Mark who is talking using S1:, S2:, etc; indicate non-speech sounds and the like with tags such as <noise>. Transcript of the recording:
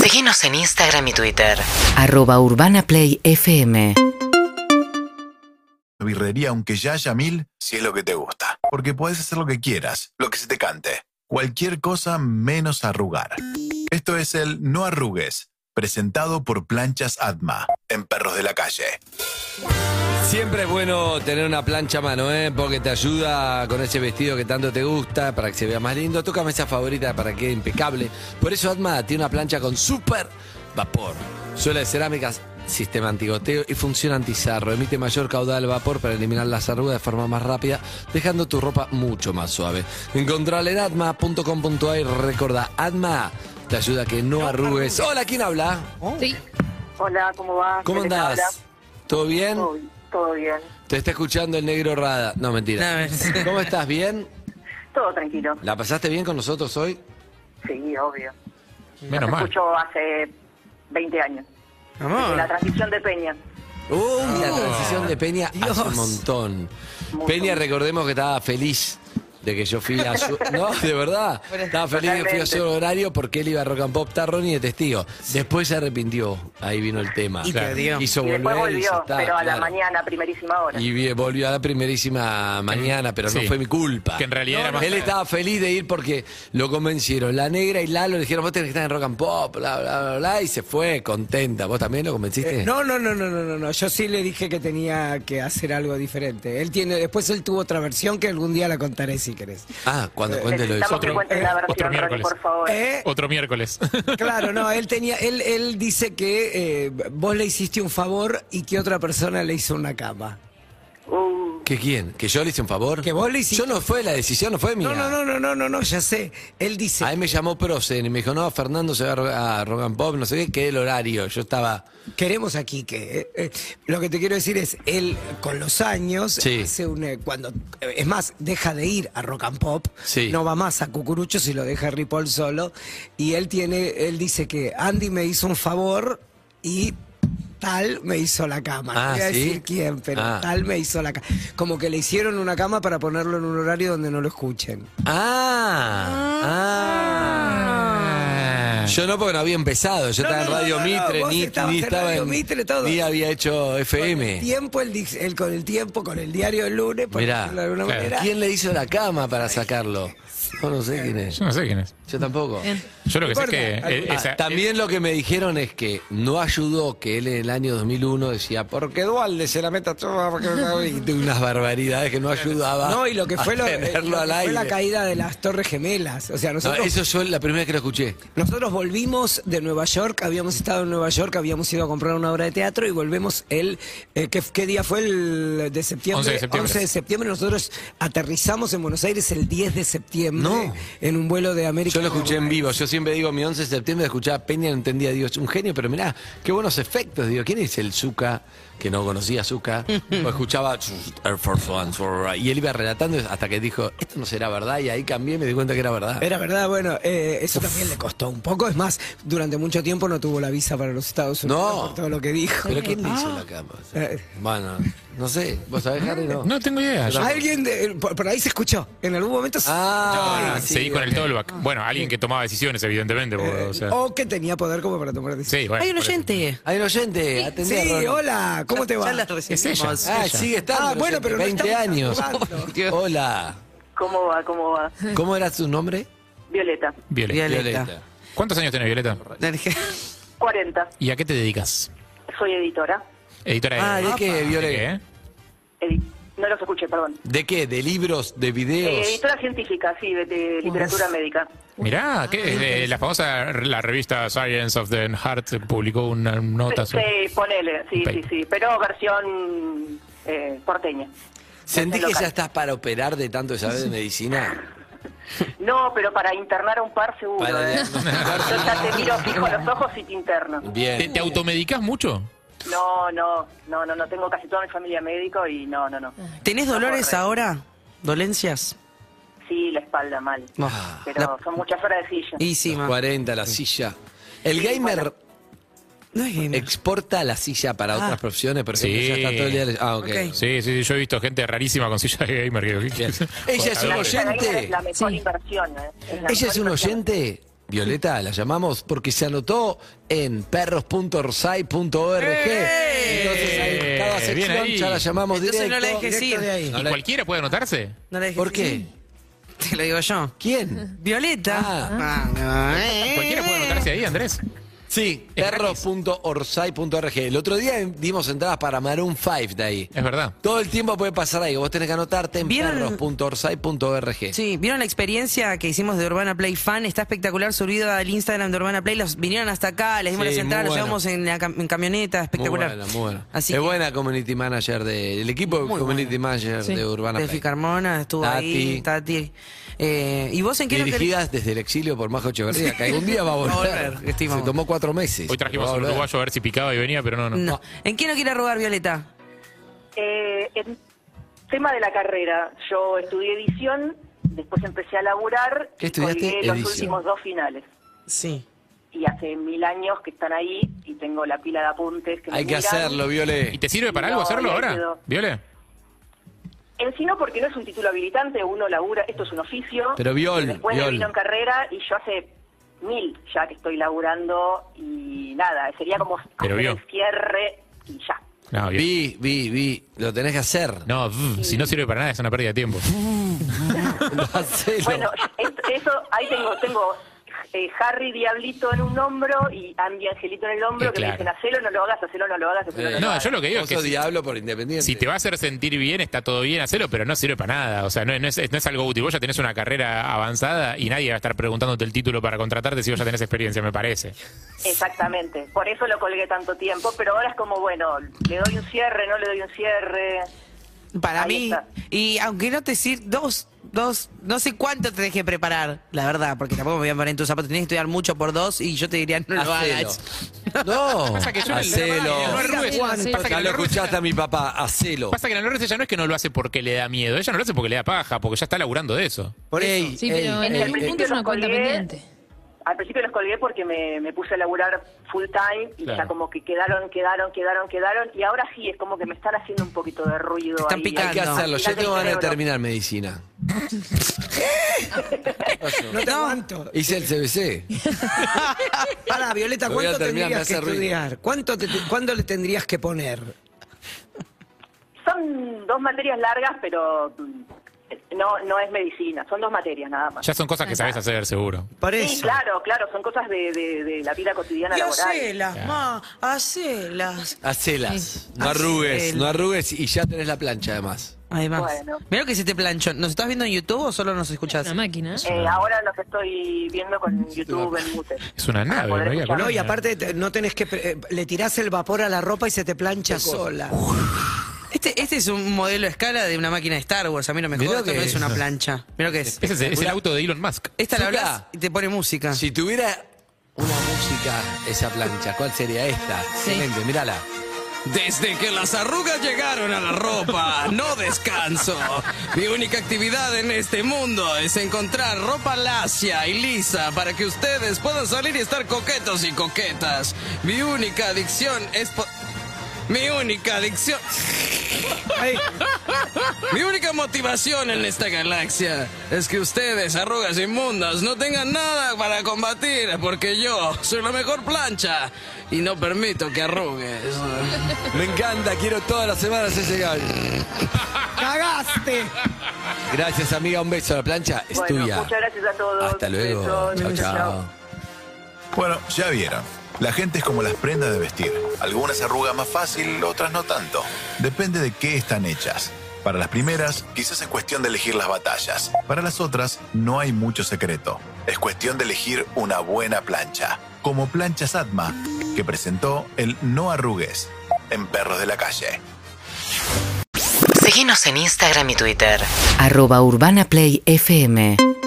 S1: Seguinos en Instagram y Twitter.
S2: Arroba Urbana Play FM.
S3: birrería aunque ya haya mil, si es lo que te gusta. Porque puedes hacer lo que quieras, lo que se te cante. Cualquier cosa menos arrugar. Esto es el No Arrugues, presentado por Planchas Atma, en Perros de la Calle.
S4: Siempre es bueno tener una plancha a mano, ¿eh? porque te ayuda con ese vestido que tanto te gusta para que se vea más lindo. Tócame esa favorita para que quede impecable. Por eso Atma tiene una plancha con super vapor. Suela de cerámicas, sistema antigoteo y función antizarro. Emite mayor caudal de vapor para eliminar las arrugas de forma más rápida, dejando tu ropa mucho más suave. Encontrala en atma.com.ar. Recuerda, Atma te ayuda a que no, arrugues. Hola, ¿quién habla?
S5: Sí,
S6: Hola, ¿cómo va?
S4: ¿Cómo
S6: ¿Qué les
S4: andás?
S6: habla?
S4: ¿Todo bien?
S6: Todo, todo bien,
S4: Te está escuchando el negro Rada. No, mentira. ¿Cómo estás? ¿Bien?
S6: todo tranquilo.
S4: ¿La pasaste bien con nosotros hoy?
S6: Sí, obvio.
S7: Menos
S6: Te
S7: mal.
S6: escucho hace 20 años. Desde La transición de Peña.
S4: ¡Uy!
S7: Uh.
S4: La transición de Peña hace un montón. Peña, recordemos que estaba feliz de que yo fui a
S7: <laughs>
S4: su... No, de verdad. Estaba feliz de que fui a su horario porque él iba a Rock and Pop. Está Ronnie de testigo. Después se arrepintió. Ahí vino el tema.
S7: Y te dio.
S4: Hizo
S6: Y después
S4: volver y ya
S6: volvió,
S4: está,
S6: pero a la
S4: claro.
S6: mañana, primerísima hora.
S4: Y vi- volvió a la primerísima mañana, pero no
S7: Sí.
S4: fue mi culpa.
S7: Que en realidad era más-
S4: Él estaba feliz de ir porque lo convencieron. La negra y Lalo le dijeron, vos tenés que estar en rock and pop, bla, bla, bla, bla, y se fue contenta. ¿Vos también lo convenciste?
S8: Eh, No, no, no, no, no, no, no. Yo sí le dije que tenía que hacer algo diferente. Él tiene, después él tuvo otra versión que algún día la contaré si querés.
S4: Ah, cuando cuente lo de
S6: Necesitamos que
S7: otro-
S6: cuenten la
S7: eh, otro
S6: versión, Ronnie,
S7: miércoles.
S6: por favor.
S8: ¿Eh?
S7: Otro miércoles. <laughs>
S8: Claro, no, él tenía, él, él dice que eh, vos le hiciste un favor y que otra persona le hizo una cama.
S6: Uh,
S4: ¿Que quién? ¿Que yo le hice un favor?
S8: Que vos le hiciste-
S4: Yo no fue la decisión, no fue mía.
S8: No, no, no, no, no, no, no, ya sé. Él dice.
S4: Ahí me llamó Procen y me dijo, no, Fernando se va a ro- a rock and pop, no sé qué, que el horario. Yo estaba...
S8: Queremos aquí que eh, lo que te quiero decir es él con los años
S4: Sí.
S8: hace un, eh, cuando eh, es más deja de ir a rock and pop
S4: Sí.
S8: no va más a Cucurucho si lo deja Ripoll solo y él tiene él dice que Andy me hizo un favor y tal me hizo la cama
S4: Ah,
S8: no voy a
S4: ¿sí?
S8: decir quién pero
S4: Ah.
S8: tal me hizo la cama como que le hicieron una cama para ponerlo en un horario donde no lo escuchen
S4: Ah. ah. Yo no, porque no había empezado. Yo
S8: No,
S4: estaba en
S8: no, no,
S4: Radio
S8: no, no,
S4: Mitre,
S8: vos
S4: ni,
S8: estabas
S4: ni
S8: en
S4: estaba
S8: Radio
S4: en-
S8: Mitre, todo.
S4: Ni había hecho
S8: Con el
S4: FM.
S8: tiempo el, dic- el- con el tiempo con el diario el lunes por
S4: Mirá,
S8: decirlo de alguna
S7: claro.
S8: manera
S4: ¿quién le hizo la cama para sacarlo? Yo no sé quién es.
S7: Yo no sé quién es.
S4: Yo tampoco.
S7: Yo lo que sé es que.
S8: Recuerda,
S7: eh,
S4: Ah,
S7: esa-
S4: también lo que me dijeron es que no ayudó que él en el año 2001 decía, porque Dualde se la meta toda, porque y de unas barbaridades que no ayudaba.
S8: No, y lo que fue,
S4: Ah, <laughs> a
S8: lo- eh,
S4: tenerlo
S8: lo que
S4: al
S8: fue
S4: aire.
S8: la caída de las Torres Gemelas. O sea,
S4: No,
S8: nosotros,
S4: eso yo la primera vez que lo escuché.
S8: nosotros volvimos de Nueva York, habíamos estado en Nueva York, habíamos ido a comprar una obra de teatro y volvemos el. eh, ¿qué, qué día fue el de septiembre?
S7: 11 de septiembre.
S8: de septiembre. Nosotros aterrizamos en Buenos Aires el 10 de septiembre
S4: No.
S8: en un vuelo de América.
S4: Yo lo escuché en vivo, yo siempre digo, mi 11 de septiembre escuchaba a Peña, no entendía, digo, es un genio, pero mirá, qué buenos efectos, digo, ¿quién es el Zuka? Que no conocía a Zuka, o escuchaba Air Force One, for- y él iba relatando hasta que dijo, esto no será verdad, y ahí cambié, me di cuenta que era verdad.
S8: Era verdad, bueno, eh, eso también le costó un poco. Es más, durante mucho tiempo no tuvo la visa para los Estados Unidos
S4: No.
S8: por todo lo que dijo.
S4: ¿Pero quién le hizo la cama?
S8: Eh.
S4: Bueno, no sé, ¿vos sabés, Harry? No.
S7: no tengo idea. Yo-
S8: Alguien de- por, por ahí se escuchó. En algún momento se-
S4: Ah, sí,
S7: seguí con el
S4: ok.
S7: tollback. Bueno, alguien que tomaba decisiones, evidentemente.
S8: Eh,
S7: porque, o sea,
S8: O que tenía poder como para tomar decisiones.
S7: sí, bueno,
S9: Hay un
S7: por eso.
S9: oyente.
S4: Hay un oyente,
S8: Sí,
S4: atendé a Ron.
S8: hola, ¿cómo te va?
S9: Ya la recibimos.
S7: ella.
S4: Ah, sigue estando.
S8: Ah,
S4: el
S8: bueno,
S4: oyente,
S8: pero no
S4: 20 años.
S8: estamos jugando.
S9: Dios.
S4: <laughs> Hola,
S6: ¿Cómo va? ¿Cómo va?
S4: ¿cómo era su nombre?
S6: Violeta,
S7: Violeta.
S9: Violeta.
S7: ¿Cuántos años tiene Violeta?
S9: La dije-
S6: 40.
S7: ¿Y a qué te dedicas?
S6: Soy editora.
S7: Editora de.
S4: Ah, ¿de qué,
S7: ¿De
S4: Violeta?
S7: qué?
S6: Edi- no los escuché, perdón.
S4: ¿De qué? ¿De libros? ¿De
S6: Eh,
S4: videos?
S6: editora científica, sí, de, de literatura médica.
S7: Mirá,
S4: Ah,
S7: ¿qué? Eh, la famosa la revista Science of the Heart publicó una nota
S6: Sí,
S7: sobre.
S6: ponele, sí,
S7: Ok.
S6: sí, sí. Pero versión eh, porteña.
S4: ¿Sentís que
S6: local.
S4: ya estás para operar de tanto de saber de medicina?
S6: No, pero para internar a un par seguro.
S4: Para
S6: ¿eh?
S4: diagnosticar.
S6: Yo ya te miro fijo a los ojos y te interno.
S7: ¿Te,
S4: Bien.
S7: te automedicas mucho?
S6: No, no, no, no, no. Tengo casi toda mi familia médico y no, no, no.
S9: ¿Tenés dolores ahora? ¿Dolencias?
S6: Sí, la espalda mal.
S9: Ah,
S6: Pero
S9: la-
S6: son muchas horas de silla.
S9: Y sí,
S4: Los
S9: ma.
S4: 40, la silla. El gamer
S9: No es gamer.
S4: exporta la silla para otras profesiones, pero
S7: Sí.
S4: ella está todo el día. Ah, ok.
S9: Ah. Ok.
S7: Sí, sí, sí, yo he visto gente rarísima con silla de <laughs> gamer. que-
S4: Bien. Ella es un
S6: La
S4: oyente.
S6: es la mejor
S9: Sí.
S6: inversión. ¿eh?
S4: Ella
S6: la
S4: es
S6: mejor
S4: un
S6: inversión.
S4: oyente Violeta, la llamamos porque se anotó en perros.orsay.org. Entonces, ahí, cada
S7: Eh, Bien
S4: sección
S7: ahí.
S4: ya la llamamos
S9: Entonces
S4: directo.
S9: no la dejes
S8: Directo
S9: ir.
S8: de ahí.
S4: No
S7: ¿Y
S4: la-
S7: cualquiera puede anotarse?
S9: No la dejes
S4: ¿Por qué?
S9: ir. <laughs> Te lo digo yo. <laughs>
S4: ¿Quién?
S9: Violeta.
S4: Ah.
S8: Ah, no, eh.
S7: ¿Cualquiera puede anotarse ahí, Andrés?
S4: Sí,
S7: Es gratis.
S4: perros.orsay.org. El otro día dimos entradas para Maroon 5 de ahí.
S7: Es verdad.
S4: Todo el tiempo puede pasar ahí. Vos tenés que anotarte en
S9: ¿Vieron?
S4: perros.orsay.org.
S9: Sí, ¿vieron la experiencia que hicimos de Urbana Play Fan? Está espectacular, subido al Instagram de Urbana Play. Los vinieron hasta acá, les dimos
S4: Sí,
S9: las entradas,
S4: muy
S9: los
S4: bueno.
S9: llevamos en, la cam- en camioneta, espectacular.
S4: Muy buena, muy buena.
S9: Así
S4: es
S9: que,
S4: buena community manager del equipo
S9: Muy
S4: community
S9: buena.
S4: manager
S5: Sí.
S4: de Urbana
S9: Tefi
S4: Play.
S9: Carmona estuvo ahí, Tati. Eh, ¿Y vos en qué lo querés?
S4: Dirigidas desde el exilio por Majo Echeverría, que algún día va
S9: <laughs>
S4: a
S9: Va a
S4: volver.
S9: volver, estimamos.
S4: Se tomó cuatro meses.
S7: Hoy trajimos
S4: Va
S7: a
S4: a
S7: un
S4: volver.
S7: uruguayo a ver si picaba y venía, pero no, no.
S9: No. ¿En qué no quiere robar Violeta?
S6: Eh, en tema de la carrera, yo estudié edición, después empecé a laburar.
S4: ¿Qué
S6: y
S4: estudiaste?
S6: colgué los
S4: Edición.
S6: últimos dos finales.
S9: Sí.
S6: Y hace mil años que están ahí y tengo la pila de apuntes que me
S4: Hay que
S6: miran.
S4: hacerlo,
S7: ¿Y
S4: Viole.
S7: te sirve para algo
S6: No,
S7: hacerlo
S6: ya
S7: ahora?
S6: quedó.
S7: ¿Viole?
S6: En sí no, porque no es un título habilitante, uno labura, esto es un oficio.
S4: Pero Viol,
S6: Y Después me
S4: Viol.
S6: vino en carrera y yo hace mil ya que estoy laburando y nada, sería como
S7: Pero
S6: hacer
S7: vio.
S6: el cierre y ya.
S7: No, bien.
S4: Vi, vi, vi. Lo tenés que hacer.
S7: No, mm, si no sirve para nada es una pérdida de tiempo.
S4: <laughs> Hacelo.
S6: Bueno, es- eso, ahí tengo, tengo eh, Harry Diablito en un hombro y Andy Angelito en el hombro
S7: Eh,
S6: que
S7: claro.
S6: me dicen, hacelo, no lo hagas, hacelo, no lo hagas, hacelo, no,
S4: Eh,
S6: lo
S7: No,
S6: hagas.
S7: yo lo que digo es
S4: Vos
S7: que
S4: sos
S7: si,
S4: diablo por independiente.
S7: si te va a hacer sentir bien, está todo bien, hacerlo, pero no sirve para nada. O sea, no, es- no es, no es algo útil. Vos ya tenés una carrera avanzada y nadie va a estar preguntándote el título para contratarte si vos ya tenés experiencia, me parece.
S6: Exactamente, por eso lo colgué tanto tiempo, pero ahora es como, bueno, le doy un cierre, no le doy un cierre.
S9: Para
S6: Ahí
S9: mí,
S6: está.
S9: y aunque no te sir dos, dos, no sé cuánto te que preparar, la verdad, porque tampoco me voy a poner en tus zapatos, tenés que estudiar mucho por dos y yo te diría, no lo
S4: Hacelo.
S9: hagas.
S4: No,
S7: <laughs> Pasa que yo en el-
S4: hacelo.
S7: no
S5: arrugues. Pasa que
S4: Ya
S7: en
S4: lo
S7: el Rubén-
S4: escuchaste a mi papá, hacelo.
S7: Pasa que la Lourdes ella no es que no lo hace porque le da miedo, ella no lo hace porque le da paja, porque ya está laburando de eso.
S4: Por ahí.
S5: Sí, pero en
S6: ey,
S5: algún
S6: ey,
S5: punto es
S6: ey,
S5: una cuenta
S6: colgué.
S5: pendiente.
S6: Al principio los colgué porque me, me puse a laburar full time y
S7: Claro.
S6: ya como que quedaron, quedaron, quedaron, quedaron y ahora sí es como que me están haciendo un poquito de ruido.
S9: Están
S6: ahí.
S9: picando.
S4: Hay que hacerlo. Yo
S6: Picante
S4: tengo ganas
S6: el
S4: de
S6: cerebro.
S4: terminar medicina.
S8: No te aguanto.
S4: Hice el
S5: <laughs>
S4: CBC.
S8: Para, Violeta,
S4: Lo voy a
S8: ¿cuánto
S4: terminar, me
S8: tendrías que
S4: hace ruido.
S8: estudiar? ¿Cuánto te- ¿Cuándo le tendrías que poner?
S6: Son dos materias largas, pero mm, no, no es medicina, son dos materias nada más.
S7: Ya son cosas que sabes hacer, seguro.
S8: Por
S6: sí,
S8: eso.
S6: claro, claro, son cosas de, de- de la vida cotidiana
S9: Y
S6: laboral.
S9: hacelas, ma, hacelas.
S4: Hacelas.
S5: Sí.
S4: No arrugues,
S9: Hacel.
S4: no arrugues y ya tenés la plancha además.
S9: Además,
S6: Bueno.
S9: mira que se te planchó. ¿Nos estás viendo en YouTube o solo nos escuchás?
S5: Una máquina.
S6: Eh, ahora los estoy viendo con YouTube en mute.
S7: Es una
S6: Para
S7: nave,
S6: poder
S7: no había
S6: Ah, escuchar.
S8: No, y
S7: Mira.
S8: aparte te- no tenés que... pre- eh, le tirás el vapor a la ropa y se te plancha sola.
S9: Este, este es un modelo a escala de una máquina de Star Wars. A mí no me
S4: Mirá
S9: jodas, esto
S4: que-
S9: no es una plancha. Mira lo que es.
S7: Ese es, es el auto de Elon Musk.
S9: Esta la
S4: Zucca.
S9: hablas y te pone música.
S4: Si tuviera una música esa plancha, ¿cuál sería esta?
S5: Sí.
S4: Excelente, mírala.
S10: Desde que las arrugas llegaron a la ropa, no descanso. Mi única actividad en este mundo es encontrar ropa lacia y lisa para que ustedes puedan salir y estar coquetos y coquetas. Mi única adicción es... po- Mi única adicción... Mi única motivación en esta galaxia es que ustedes, arrugas inmundas, no tengan nada para combatir, porque yo soy la mejor plancha y no permito que arrugues.
S4: Me encanta, quiero todas las semanas ese gol.
S8: ¡Cagaste!
S4: Gracias, amiga, un beso. La plancha es
S6: Bueno,
S4: tuya.
S6: muchas gracias a todos.
S4: Hasta luego.
S6: Besos.
S4: Chao, chao.
S3: Bueno, ya vieron. La gente es como las prendas de vestir. Algunas arrugan más fácil, otras no tanto. Depende de qué están hechas. Para las primeras, quizás es cuestión de elegir las batallas. Para las otras, no hay mucho secreto. Es cuestión de elegir una buena plancha. Como Planchas Atma, que presentó el No Arrugues en Perros de la Calle.
S1: Seguinos en Instagram y Twitter.
S2: arroba urbanaplayfm.